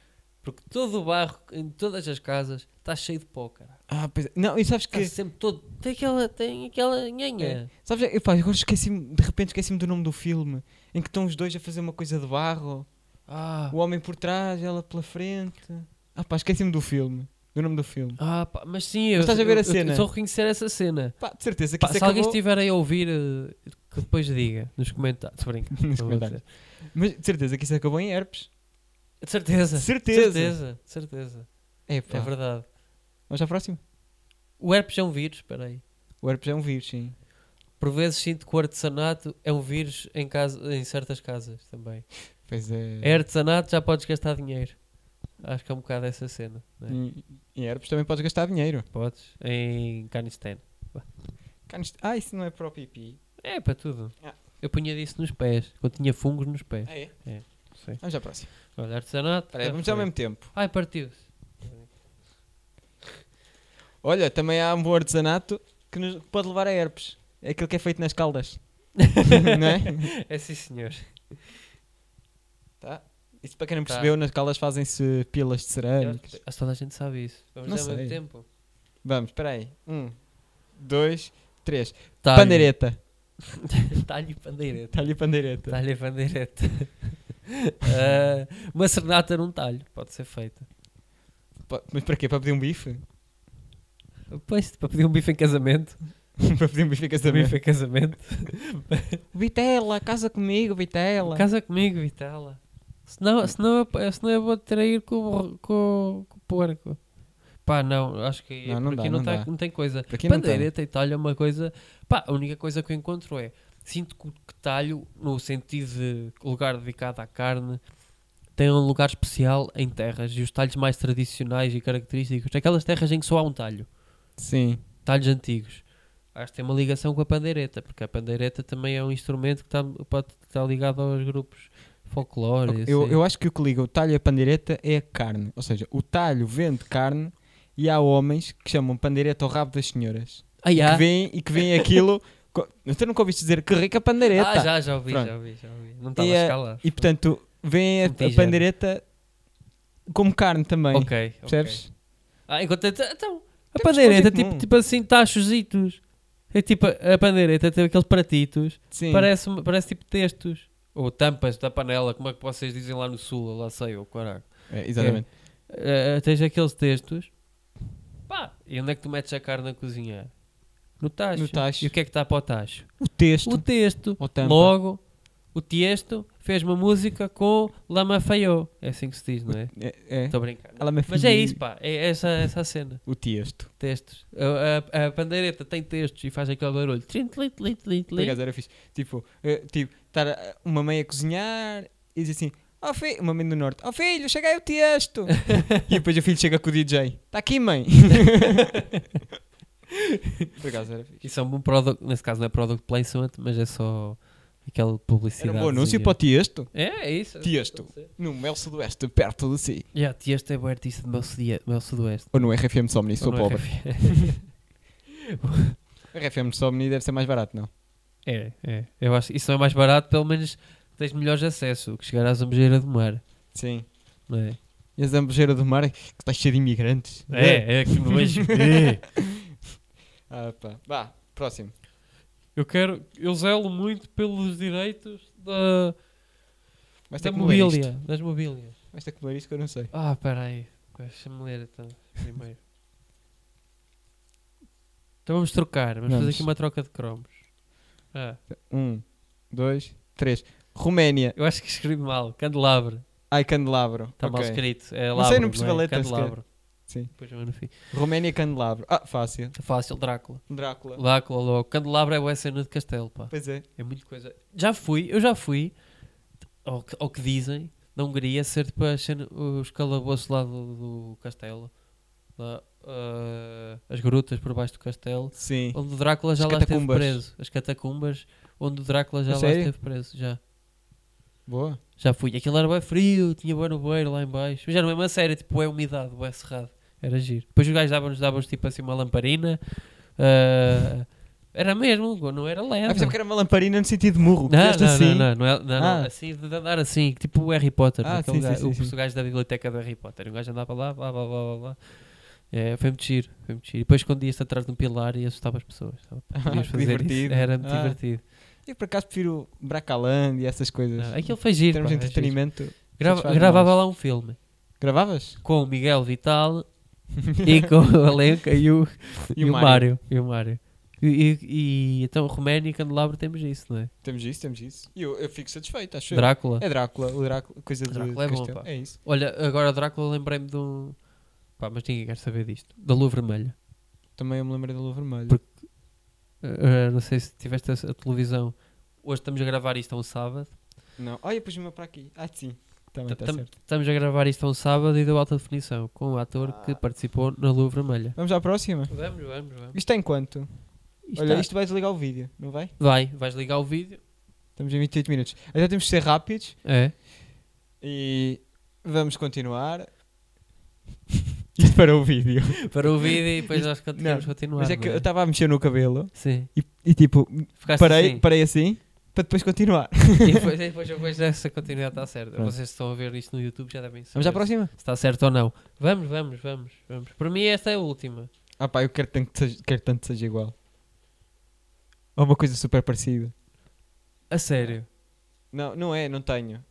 S3: porque todo o barro em todas as casas está cheio de pó cara
S2: Ah, pois é. Não, e sabes
S3: Está
S2: que. É.
S3: sempre todo tem aquela tem aquela nhanha
S2: Sabes, eu, pá, agora esqueci-me, de repente esqueci-me do nome do filme em que estão os dois a fazer uma coisa de barro.
S3: ah,
S2: O homem por trás, ela pela frente. Ah, pá, esqueci-me do filme. Do nome do filme.
S3: ah pá, mas sim eu,
S2: estás a ver
S3: eu-
S2: a
S3: eu
S2: cena?
S3: estou a reconhecer essa cena
S2: Pá, de certeza que
S3: Pá,
S2: isso é
S3: se alguém
S2: acabou-
S3: estiver aí a ouvir eh, que depois diga nos comentários Se brinca,
S2: Nos
S3: não vou
S2: comentários.
S3: dizer.
S2: Mas de certeza que isso acabou em herpes.
S3: de certeza
S2: Certeza.
S3: certeza certeza.
S2: É,
S3: é
S2: pá.
S3: verdade
S2: Vamos à próxima.
S3: o herpes é um vírus espera aí
S2: O herpes é um vírus, sim.
S3: Por vezes sinto que o artesanato é um vírus em, casa, em certas casas também.
S2: Pois é.
S3: É artesanato, já podes gastar dinheiro. Acho que é um bocado essa cena. não é?
S2: Em, em herpes também podes gastar dinheiro.
S3: Podes. Em Canistén.
S2: Canis- Ah, isso não é para o pipi.
S3: É, para tudo.
S2: Ah.
S3: Eu punha disso nos pés, quando tinha fungos nos pés.
S2: Ah, é?
S3: Sim.
S2: Vamos à próxima.
S3: Olha, artesanato.
S2: Espera aí,
S3: já
S2: vamos ao
S3: foi.
S2: mesmo tempo.
S3: Ai, partiu-se.
S2: Olha, também há um bom artesanato que nos que pode levar a herpes. É aquilo que é feito nas caldas. não é?
S3: É sim, senhor.
S2: Tá. Isso para quem não
S3: Tá.
S2: percebeu, nas caldas fazem-se pilas de
S3: Eu
S2: cerâmica.
S3: Acho que toda a gente sabe isso. Vamos
S2: Não
S3: ao mesmo
S2: sei.
S3: tempo.
S2: Vamos, espera aí. Um, dois, três.
S3: Talho.
S2: Pandeireta.
S3: Talho e pandeireta.
S2: Está-lhe Tá pandeireta.
S3: Talho e pandeireta. Ah, uma serenata num talho. Pode ser feita.
S2: Pa- Mas para quê? Para pedir um bife?
S3: Pois, para pedir um bife em casamento.
S2: para pedir um bife fica
S3: Um
S2: também.
S3: bife em casamento.
S2: Vitela, casa comigo, Vitela.
S3: Casa comigo, Vitela. Senão, senão, eu, senão eu vou trair com, o- com, com o porco. Pá, não, acho que
S2: Não, não
S3: por
S2: dá,
S3: aqui não,
S2: não
S3: tá-
S2: dá.
S3: não tem coisa.
S2: Por aqui não
S3: Pandeireta e talho é uma coisa. Pá, a única coisa que eu encontro é. Sinto que o que talho, no sentido de lugar dedicado à carne, tem um lugar especial em terras. E os talhos mais tradicionais e característicos, aquelas terras em que só há um talho.
S2: Sim.
S3: talhos antigos. Acho que tem uma tá, ligação com a pandeireta, porque a pandeireta também é um instrumento que está, pode estar ligado aos grupos folclore. e
S2: Eu,
S3: assim.
S2: eu acho que o que liga o talho e a pandeireta é a carne. Ou seja, o talho vende carne e há homens que chamam pandeireta ao rabo das senhoras.
S3: Ah, já?
S2: Que vêm e que vêm aquilo. co- Tu nunca ouviste dizer que rica pandeireta.
S3: Ah, já, já ouvi,
S2: Pronto.
S3: já ouvi, já ouvi. Não estava
S2: E,
S3: a
S2: eh,
S3: escalar.
S2: E portanto, vêm a,
S3: Não tem
S2: a
S3: género.
S2: pandeireta como carne também.
S3: Ok, ok.
S2: Percebes? É
S3: Ah, enquanto, então, a
S2: Temos
S3: pandeireta,
S2: coisa em
S3: tipo,
S2: comum.
S3: tipo assim, tachositos. É tipo, a pandeireta tem aqueles pratitos,
S2: Sim.
S3: parece, parece tipo textos. Ou tampas da panela, como é que vocês dizem lá no sul, eu lá sei, ou caralho.
S2: É, exatamente.
S3: Eh, tens aqueles textos. Pá, e onde é que tu metes a carne a cozinhar? No tacho.
S2: No tacho.
S3: E o que é que está para o tacho?
S2: O texto.
S3: O texto.
S2: ou tampa.
S3: Logo, o texto fez uma música com Lama Faiô. É assim que se diz, não é?
S2: É, é.
S3: Estou a brincar.
S2: Ela me
S3: Mas é isso, pá. É essa, essa a cena.
S2: O texto.
S3: Textos. A, a- a pandeireta tem textos e faz aquele barulho. Trin, tlin, tlin, tlin,
S2: Por
S3: tlin.
S2: acaso era fixe. Tipo,
S3: Oh.
S2: eh, tipo, estar eh, uma mãe a cozinhar e diz assim: Ó filho, uma mãe do norte, ó filho, chega aí o texto. e depois o filho chega com o DJ: Está aqui, mãe. Por acaso era fixe.
S3: Isso é um bom product, nesse caso não é product placement, mas é só aquela publicidade.
S2: Era um bom anúncio para o texto.
S3: É, é isso.
S2: Tiesto. No Mel Sudoeste, perto de si.
S3: Já, Tiesto é o artista de meu, sudia- meu sudoeste.
S2: Ou no RFM de Somni, sou
S3: Ou não é
S2: pobre.
S3: RFM?
S2: RFM de Somni deve ser mais barato, não?
S3: é, é. Eu acho que isso não é mais barato, pelo menos tens melhores acesso que chegar à Zambujeira do Mar.
S2: Sim.
S3: Não é?
S2: E a zambujeira do mar é que está cheia de imigrantes.
S3: É, é aqui no É.
S2: Ah, pá. Vá, próximo.
S3: Eu quero, eu zelo muito pelos direitos da,
S2: Mas
S3: da
S2: tem que ler isto.
S3: mobília. Das mobílias.
S2: Mas tem que ler isto que eu não sei.
S3: Ah, peraí. Deixa-me ler então, primeiro. Então vamos trocar, vamos, fazer
S2: Vamos.
S3: aqui uma troca de cromos. Ah,
S2: Um, dois, três. Roménia.
S3: eu acho que escrevi mal, candelabro.
S2: Ai, candelabro.
S3: Está mal
S2: Ok.
S3: escrito. É
S2: Não sei,
S3: labro,
S2: não percebi a
S3: é?
S2: letra sequer.
S3: Candelabro.
S2: Sim.
S3: Depois eu no fim.
S2: Roménia, candelabro. Ah, fácil.
S3: É Fácil, Drácula.
S2: Drácula.
S3: Drácula logo. Candelabro é o cena de castelo, pá.
S2: Pois é.
S3: É muita coisa. Já fui, eu já fui, ao que, ao que dizem, na Hungria, ser tipo a cena- os calabouços lá do, do castelo. Lá, ah, as grutas por baixo do castelo.
S2: Sim.
S3: Onde o Drácula já
S2: As
S3: lá esteve
S2: catacumbas.
S3: preso. As catacumbas, onde o Drácula já
S2: A
S3: lá
S2: sério?
S3: esteve preso. Já.
S2: Boa.
S3: Já fui. Aquilo era bem frio, tinha bem nubeiro lá em baixo. Mas já não é uma série, tipo, é umidade, é cerrado. Era giro. Depois os gajos davam-nos, davam-nos tipo assim uma lamparina. ah, era mesmo, não era
S2: Ah,
S3: leve.
S2: pensava que era uma lamparina no sentido de murro. que
S3: Não,
S2: fizeste
S3: não,
S2: assim.
S3: não, não, não, é- não, não,
S2: Ah.
S3: assim, de andar assim, tipo o Harry Potter,
S2: Ah,
S3: aquele
S2: sim, sim,
S3: gajo-
S2: sim,
S3: o
S2: sim.
S3: gajo da biblioteca do Harry Potter, o gajo andava lá, blá, blá, blá, blá, blá. É, foi muito giro, foi muito giro. E depois escondia-se atrás de um pilar e assustava as pessoas. sabe?
S2: Ah,
S3: Podias
S2: que
S3: fazer isso.
S2: divertido.
S3: Era muito
S2: Ah.
S3: divertido.
S2: Eu por acaso prefiro Bracaland e essas coisas.
S3: Não, aquilo foi
S2: em
S3: giro.
S2: termos
S3: pá,
S2: de
S3: é giro.
S2: entretenimento.
S3: Grava-
S2: satisfaz
S3: gravava
S2: mais.
S3: lá um filme
S2: Gravavas?
S3: com o Miguel Vital e com o Alenca e o, e o Mário. E o Mário. E, e- e então Roménia e Candelabro temos isso, não é?
S2: Temos isso, temos isso. E eu, eu fico satisfeito, acho eu.
S3: Drácula.
S2: É Drácula, o Drácula, coisa de
S3: Drácula é bom,
S2: castelo.
S3: pá.
S2: é isso.
S3: Olha, agora Drácula lembrei-me de um. Pá, mas ninguém quer saber disto. Da Lua Vermelha.
S2: Também eu me lembrei da Lua Vermelha.
S3: Porque- Uh, uh, não sei se tiveste a, a televisão. Hoje estamos a gravar isto a um sábado.
S2: Não. Olha, pus uma para aqui. Ah, sim. Também está
S3: Tam-
S2: certo.
S3: Estamos a gravar isto a um sábado e deu alta definição com o ator que participou na Lua Vermelha.
S2: Vamos à próxima.
S3: Ah. Vamos, vamos, vamos.
S2: Isto é em quanto? Olha,
S3: tá.
S2: isto vai desligar o vídeo, não vai?
S3: Vai, vais ligar o vídeo.
S2: Estamos em 28 minutos. Então temos de ser rápidos
S3: É.
S2: e vamos continuar. Isto para o vídeo.
S3: Para o vídeo e depois
S2: Isto-
S3: nós continuamos continuar.
S2: Mas é que
S3: não
S2: eu estava a mexer no cabelo
S3: Sim.
S2: e, e tipo,
S3: Ficaste
S2: parei
S3: assim.
S2: parei assim para depois continuar.
S3: E depois, depois, depois essa continuidade está certa.
S2: Pronto.
S3: Vocês que estão a ver isto no YouTube já devem saber
S2: Vamos à próxima?
S3: se está certo ou não. Vamos, vamos, vamos, vamos. Para mim esta é a última.
S2: Ah pá, eu quero tanto que seja, quero tanto que seja igual. Ou uma coisa super parecida.
S3: A sério.
S2: Não, não é, não tenho.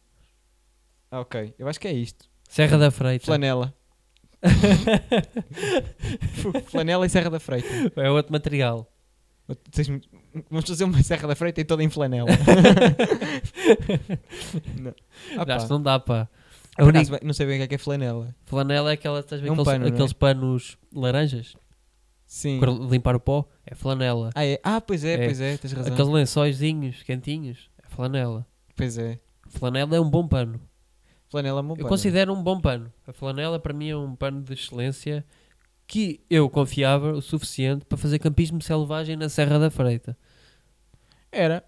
S2: Ah, ok. Eu acho que é isto.
S3: Serra da Freita.
S2: Flanela. Flanela e Serra da Freita.
S3: É outro material.
S2: Vocês me- Vamos fazer uma Serra da Freita e toda em flanela. não.
S3: Já
S2: Ah, pá.
S3: isto não dá, pá. A
S2: Por
S3: única
S2: acaso, bem, Não sei bem o que é que é flanela.
S3: flanela é aquela, estás a ver
S2: É um
S3: aqueles,
S2: pano, não é?
S3: aqueles panos laranjas
S2: Sim.
S3: para limpar o pó? É flanela.
S2: Ah, é. Ah, pois é,
S3: É.
S2: pois é, tens razão.
S3: Aqueles lençóiszinhos quentinhos? É flanela.
S2: Pois é.
S3: Flanela é um bom pano.
S2: Flanela é uma
S3: Eu
S2: boa.
S3: considero um bom pano. A flanela para mim é um pano de excelência que eu confiava o suficiente para fazer campismo selvagem na Serra da Freita.
S2: Era.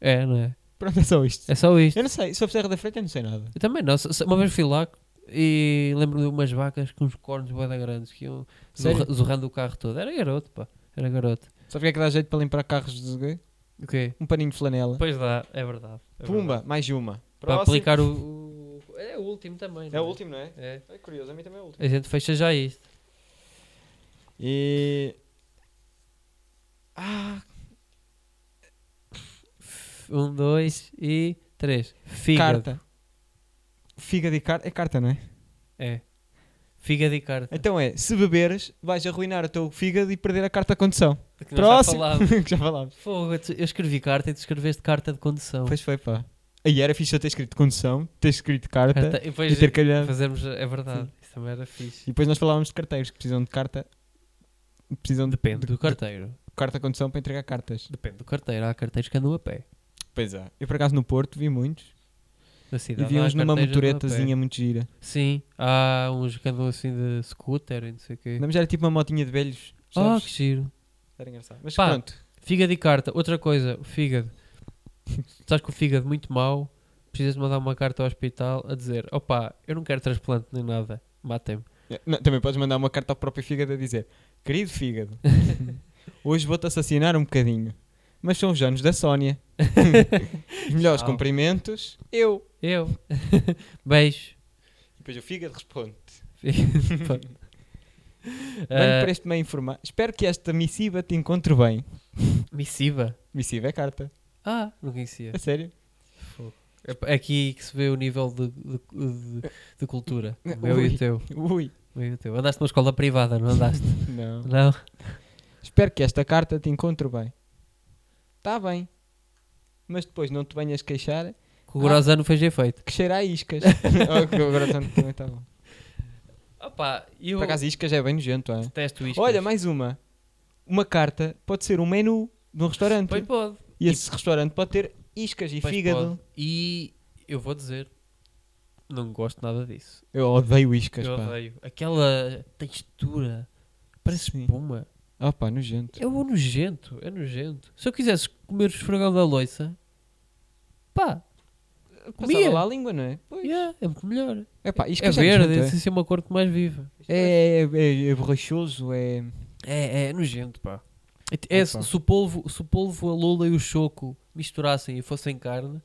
S3: É, não é?
S1: Pronto, é só isto.
S3: É só isto.
S1: Eu não sei, sobre Serra da Freita eu não sei nada.
S3: Eu também não. Só- só- Uma vez fui lá e lembro-me de umas vacas com uns cornos bué da grandes que iam
S1: Sério?
S3: zorra- zurrando o carro todo. Era garoto, pá. Era garoto.
S1: Sabe o que é que dá jeito para limpar carros de gay?
S3: O quê?
S1: Um paninho de flanela.
S3: Pois dá, é verdade. é
S1: Pumba,
S3: verdade.
S1: mais uma.
S3: Para
S1: Próximo.
S3: aplicar o, o- É o último também. não
S1: É o último, não é?
S3: É.
S1: É curioso, a mim também é o último.
S3: A gente fecha já isto.
S1: E. Ah,
S3: Um, dois e três. Fígado.
S1: carta. Fígado e carta. É carta, não é?
S3: É. Fígado e carta.
S1: Então é, se beberes, vais arruinar o teu fígado e perder a carta de condução.
S3: De que nós já
S1: Próximo.
S3: falámos.
S1: Que já falámos.
S3: Fogo, tu- eu escrevi carta e tu escreveste carta de condução.
S1: Pois foi, pá. Aí era fixe eu ter escrito condução, ter escrito carta,
S3: Carta- e depois
S1: e ter calhado.
S3: fazermos. É verdade. Isso também era fixe.
S1: E depois nós falávamos de carteiros que precisam de carta. Precisam de,
S3: Depende
S1: Então, de
S3: do carteiro.
S1: carta de condução para entregar cartas.
S3: Depende do carteiro. Há carteiros que andam a pé.
S1: Pois é. Eu por acaso no Porto vi muitos.
S3: Na
S1: E
S3: cidade.
S1: vi
S3: há
S1: uns numa
S3: carteiros que andam a pé.
S1: motoretazinha muito gira.
S3: Sim. Há uns que andam assim de scooter e não sei o quê.
S1: Não, mas era tipo uma motinha de velhos.
S3: Ah,
S1: Sabes?
S3: que giro.
S1: Era engraçado. Mas
S3: Pá.
S1: pronto.
S3: Fígado e carta. Outra coisa, o fígado. Estás com o fígado é muito mau, precisas de mandar uma carta ao hospital a dizer: opá, eu não quero transplante nem nada, matem-me.
S1: É, Não, também podes mandar uma carta ao próprio fígado a dizer: Querido fígado, hoje vou-te assassinar um bocadinho. Mas são os anos da Sónia. Os melhores
S3: Tchau.
S1: cumprimentos. Eu.
S3: Eu. Beijo.
S1: E depois o fígado responde. Mando
S3: Ah,
S1: para este meio informar. Espero que esta missiva te encontre bem.
S3: missiva.
S1: Missiva é carta.
S3: Ah, não conhecia.
S1: É sério.
S3: É é aqui que se vê o nível de, de, de- de cultura. O meu e
S1: Ui.
S3: o teu.
S1: Ui.
S3: O meu e o teu. Andaste numa escola privada, não andaste?
S1: Não.
S3: não.
S1: Espero que esta carta te encontre bem. Está bem. Mas depois não te venhas queixar
S3: Que o Grosano fez efeito.
S1: que cheira a iscas. Oh, que Agora tanto também está bom.
S3: Opá, eu
S1: Por acaso, iscas é bem nojento, é?
S3: detesto isto.
S1: Olha, mais uma. Uma carta pode ser um menu de um restaurante.
S3: Pois pode.
S1: E esse restaurante pode ter iscas e
S3: Pois
S1: fígado.
S3: pode. E eu vou dizer, não gosto nada disso.
S1: Eu odeio iscas,
S3: eu
S1: pá.
S3: odeio. Aquela textura, parece
S1: Sim.
S3: espuma.
S1: Ah, pá, nojento.
S3: É um nojento, é nojento. Se eu quisesse comer o esfregão da loiça, pá,
S1: Passava
S3: comia.
S1: lá a língua, não é? Pois.
S3: yeah, é muito melhor.
S1: É pá,
S3: é
S1: iscas
S3: verde,
S1: nojento,
S3: é assim uma cor mais viva.
S1: É, é, é, é borrachoso, é.
S3: É, é nojento, pá. É, é,
S1: Opa.
S3: se, se o polvo, se o polvo, a lula e o choco misturassem e fossem carne,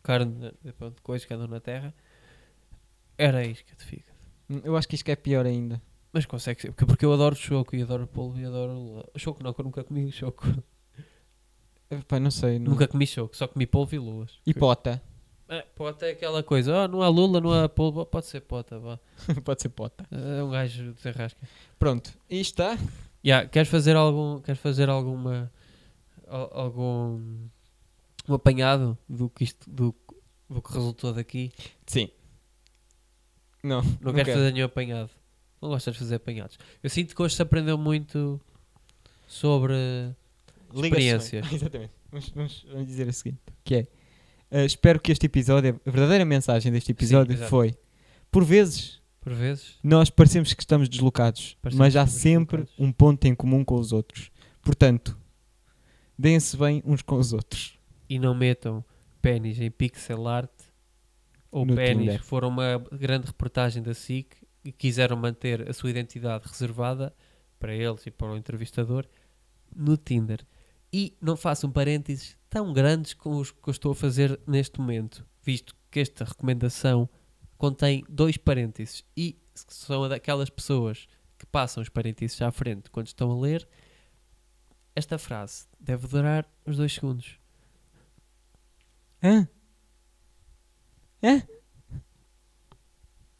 S3: carne eh, pronto, coisas que andam na terra, era isso que te fica.
S1: Eu acho que isca é pior ainda.
S3: Mas consegue ser, porque, porque eu adoro choco e adoro polvo e adoro lula. Choco não, que eu nunca comi choco.
S1: É, pá, não sei. Não.
S3: Nunca comi choco, só comi polvo e lulas.
S1: E pota.
S3: É, pota é aquela coisa, ah, não há lula, não há polvo, Ah, pode ser pota, vá.
S1: Pode ser pota.
S3: É um gajo que se arrasca.
S1: Pronto, e está.
S3: Ya, queres fazer algum. Queres fazer alguma. al- algum. um apanhado do que isto. do, do que resultou daqui?
S1: Sim. Não,
S3: Não,
S1: não
S3: queres
S1: quero.
S3: fazer nenhum apanhado. Não gostas de fazer apanhados. Eu sinto que hoje se aprendeu muito sobre. experiências.
S1: Exatamente. Vamos, vamos- vamos dizer o seguinte: que é. eh, espero que este episódio, a verdadeira mensagem deste episódio
S3: exato.
S1: foi: por vezes
S3: Por vezes.
S1: nós parecemos que estamos deslocados,
S3: Parecemos
S1: mas
S3: que
S1: há
S3: estamos
S1: sempre
S3: deslocados.
S1: um ponto em comum com os outros. Portanto, deem-se bem uns com os outros.
S3: E não metam pênis em pixel art ou
S1: No
S3: pênis
S1: Tinder.
S3: que foram uma grande reportagem da SIC e quiseram manter a sua identidade reservada para eles e para o entrevistador no Tinder. E não façam parênteses tão grandes como os que eu estou a fazer neste momento, visto que esta recomendação contém dois parênteses e são daquelas pessoas que passam os parênteses à frente quando estão a ler. Esta frase deve durar uns dois segundos.
S1: Hã?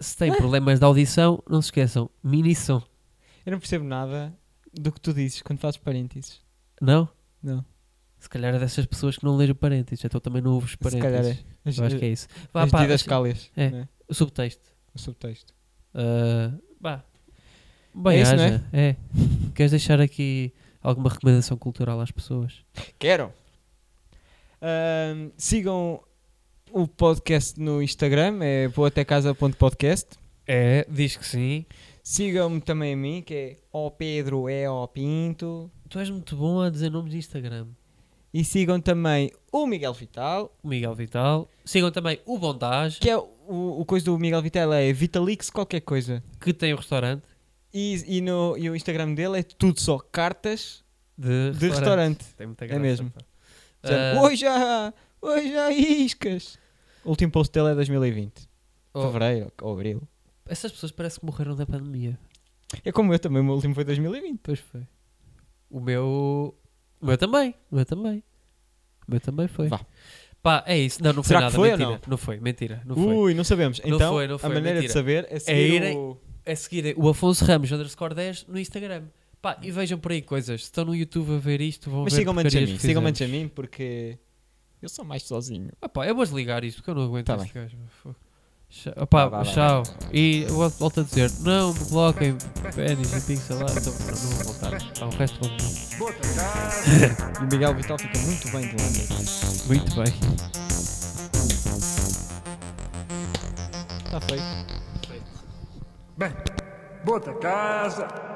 S3: Se têm problemas de audição, não se esqueçam, mini som,
S1: Eu não percebo nada do que tu dizes quando fazes parênteses.
S3: não?
S1: Não.
S3: Se calhar é dessas pessoas que não leram parênteses, então também não ouvem os
S1: Se
S3: parênteses.
S1: calhar é. As,
S3: Eu acho que é isso. Vá,
S1: as
S3: pá,
S1: medidas
S3: assim,
S1: cálias.
S3: é.
S1: né?
S3: o subtexto.
S1: O subtexto.
S3: Ah, vá. Bem,
S1: É isso,
S3: haja. É. Queres deixar aqui alguma recomendação cultural às pessoas?
S1: Quero. Ahm, sigam o podcast no Instagram, é boatecasa.podcast.
S3: É, diz que sim.
S1: Sigam-me também a mim, que é o Pedro é o Pinto.
S3: Tu és muito bom a dizer nomes de Instagram.
S2: E sigam também o Miguel Vital,
S3: O Miguel Vital. Sigam também o Bondage,
S2: que é o, o coisa do Miguel Vital é Vitalix qualquer coisa.
S3: que tem o restaurante
S2: E, e, no, e o Instagram dele é tudo só cartas
S3: de,
S2: de restaurante.
S3: Tem muita
S2: É
S3: graça,
S2: mesmo.
S3: pá.
S2: Dizendo,
S3: Ah,
S2: hoje, há, hoje há iscas. O último post dele é 2020.
S3: oh,
S2: Fevereiro ou abril.
S3: essas pessoas parece que morreram da pandemia.
S2: É como eu também, o meu último foi 2020.
S3: Pois foi. O meu. O meu também. O meu também. O meu também foi.
S2: Vá.
S3: Pá, é isso. Não, não foi
S2: Será que
S3: nada.
S2: foi ou
S3: mentira.
S2: não? Uh.
S3: foi, mentira. Não foi.
S2: Ui, não sabemos.
S3: Não
S2: Então,
S3: foi, não foi,
S2: a maneira
S3: mentira.
S2: de saber é seguir
S3: irem-
S2: o...
S3: A seguir, o Afonso Ramos, underscore 10, no Instagram. Pá, e vejam por aí coisas. Se estão no YouTube a ver isto, vão
S2: Mas
S3: ver
S2: sigam-me antes a
S3: porcarias
S2: mim,
S3: que
S2: sigam-me
S3: fizemos.
S2: antes a mim porque eu sou mais sozinho.
S3: Ah pá, eu vou desligar isto porque eu não aguento
S2: Tá
S3: este gajo. meu, fogo. Tchau- ah pá,
S2: Vá, vá, vá.
S3: tchau. E eu vol- volto a dizer, não me coloquem pênis e pixelado, então não vou voltar. Pá, o resto vou
S1: bota em casa.
S2: E o Miguel Vital fica muito bem do lado.
S3: muito bem.
S2: Está tá feito.
S1: Bem, bota em casa.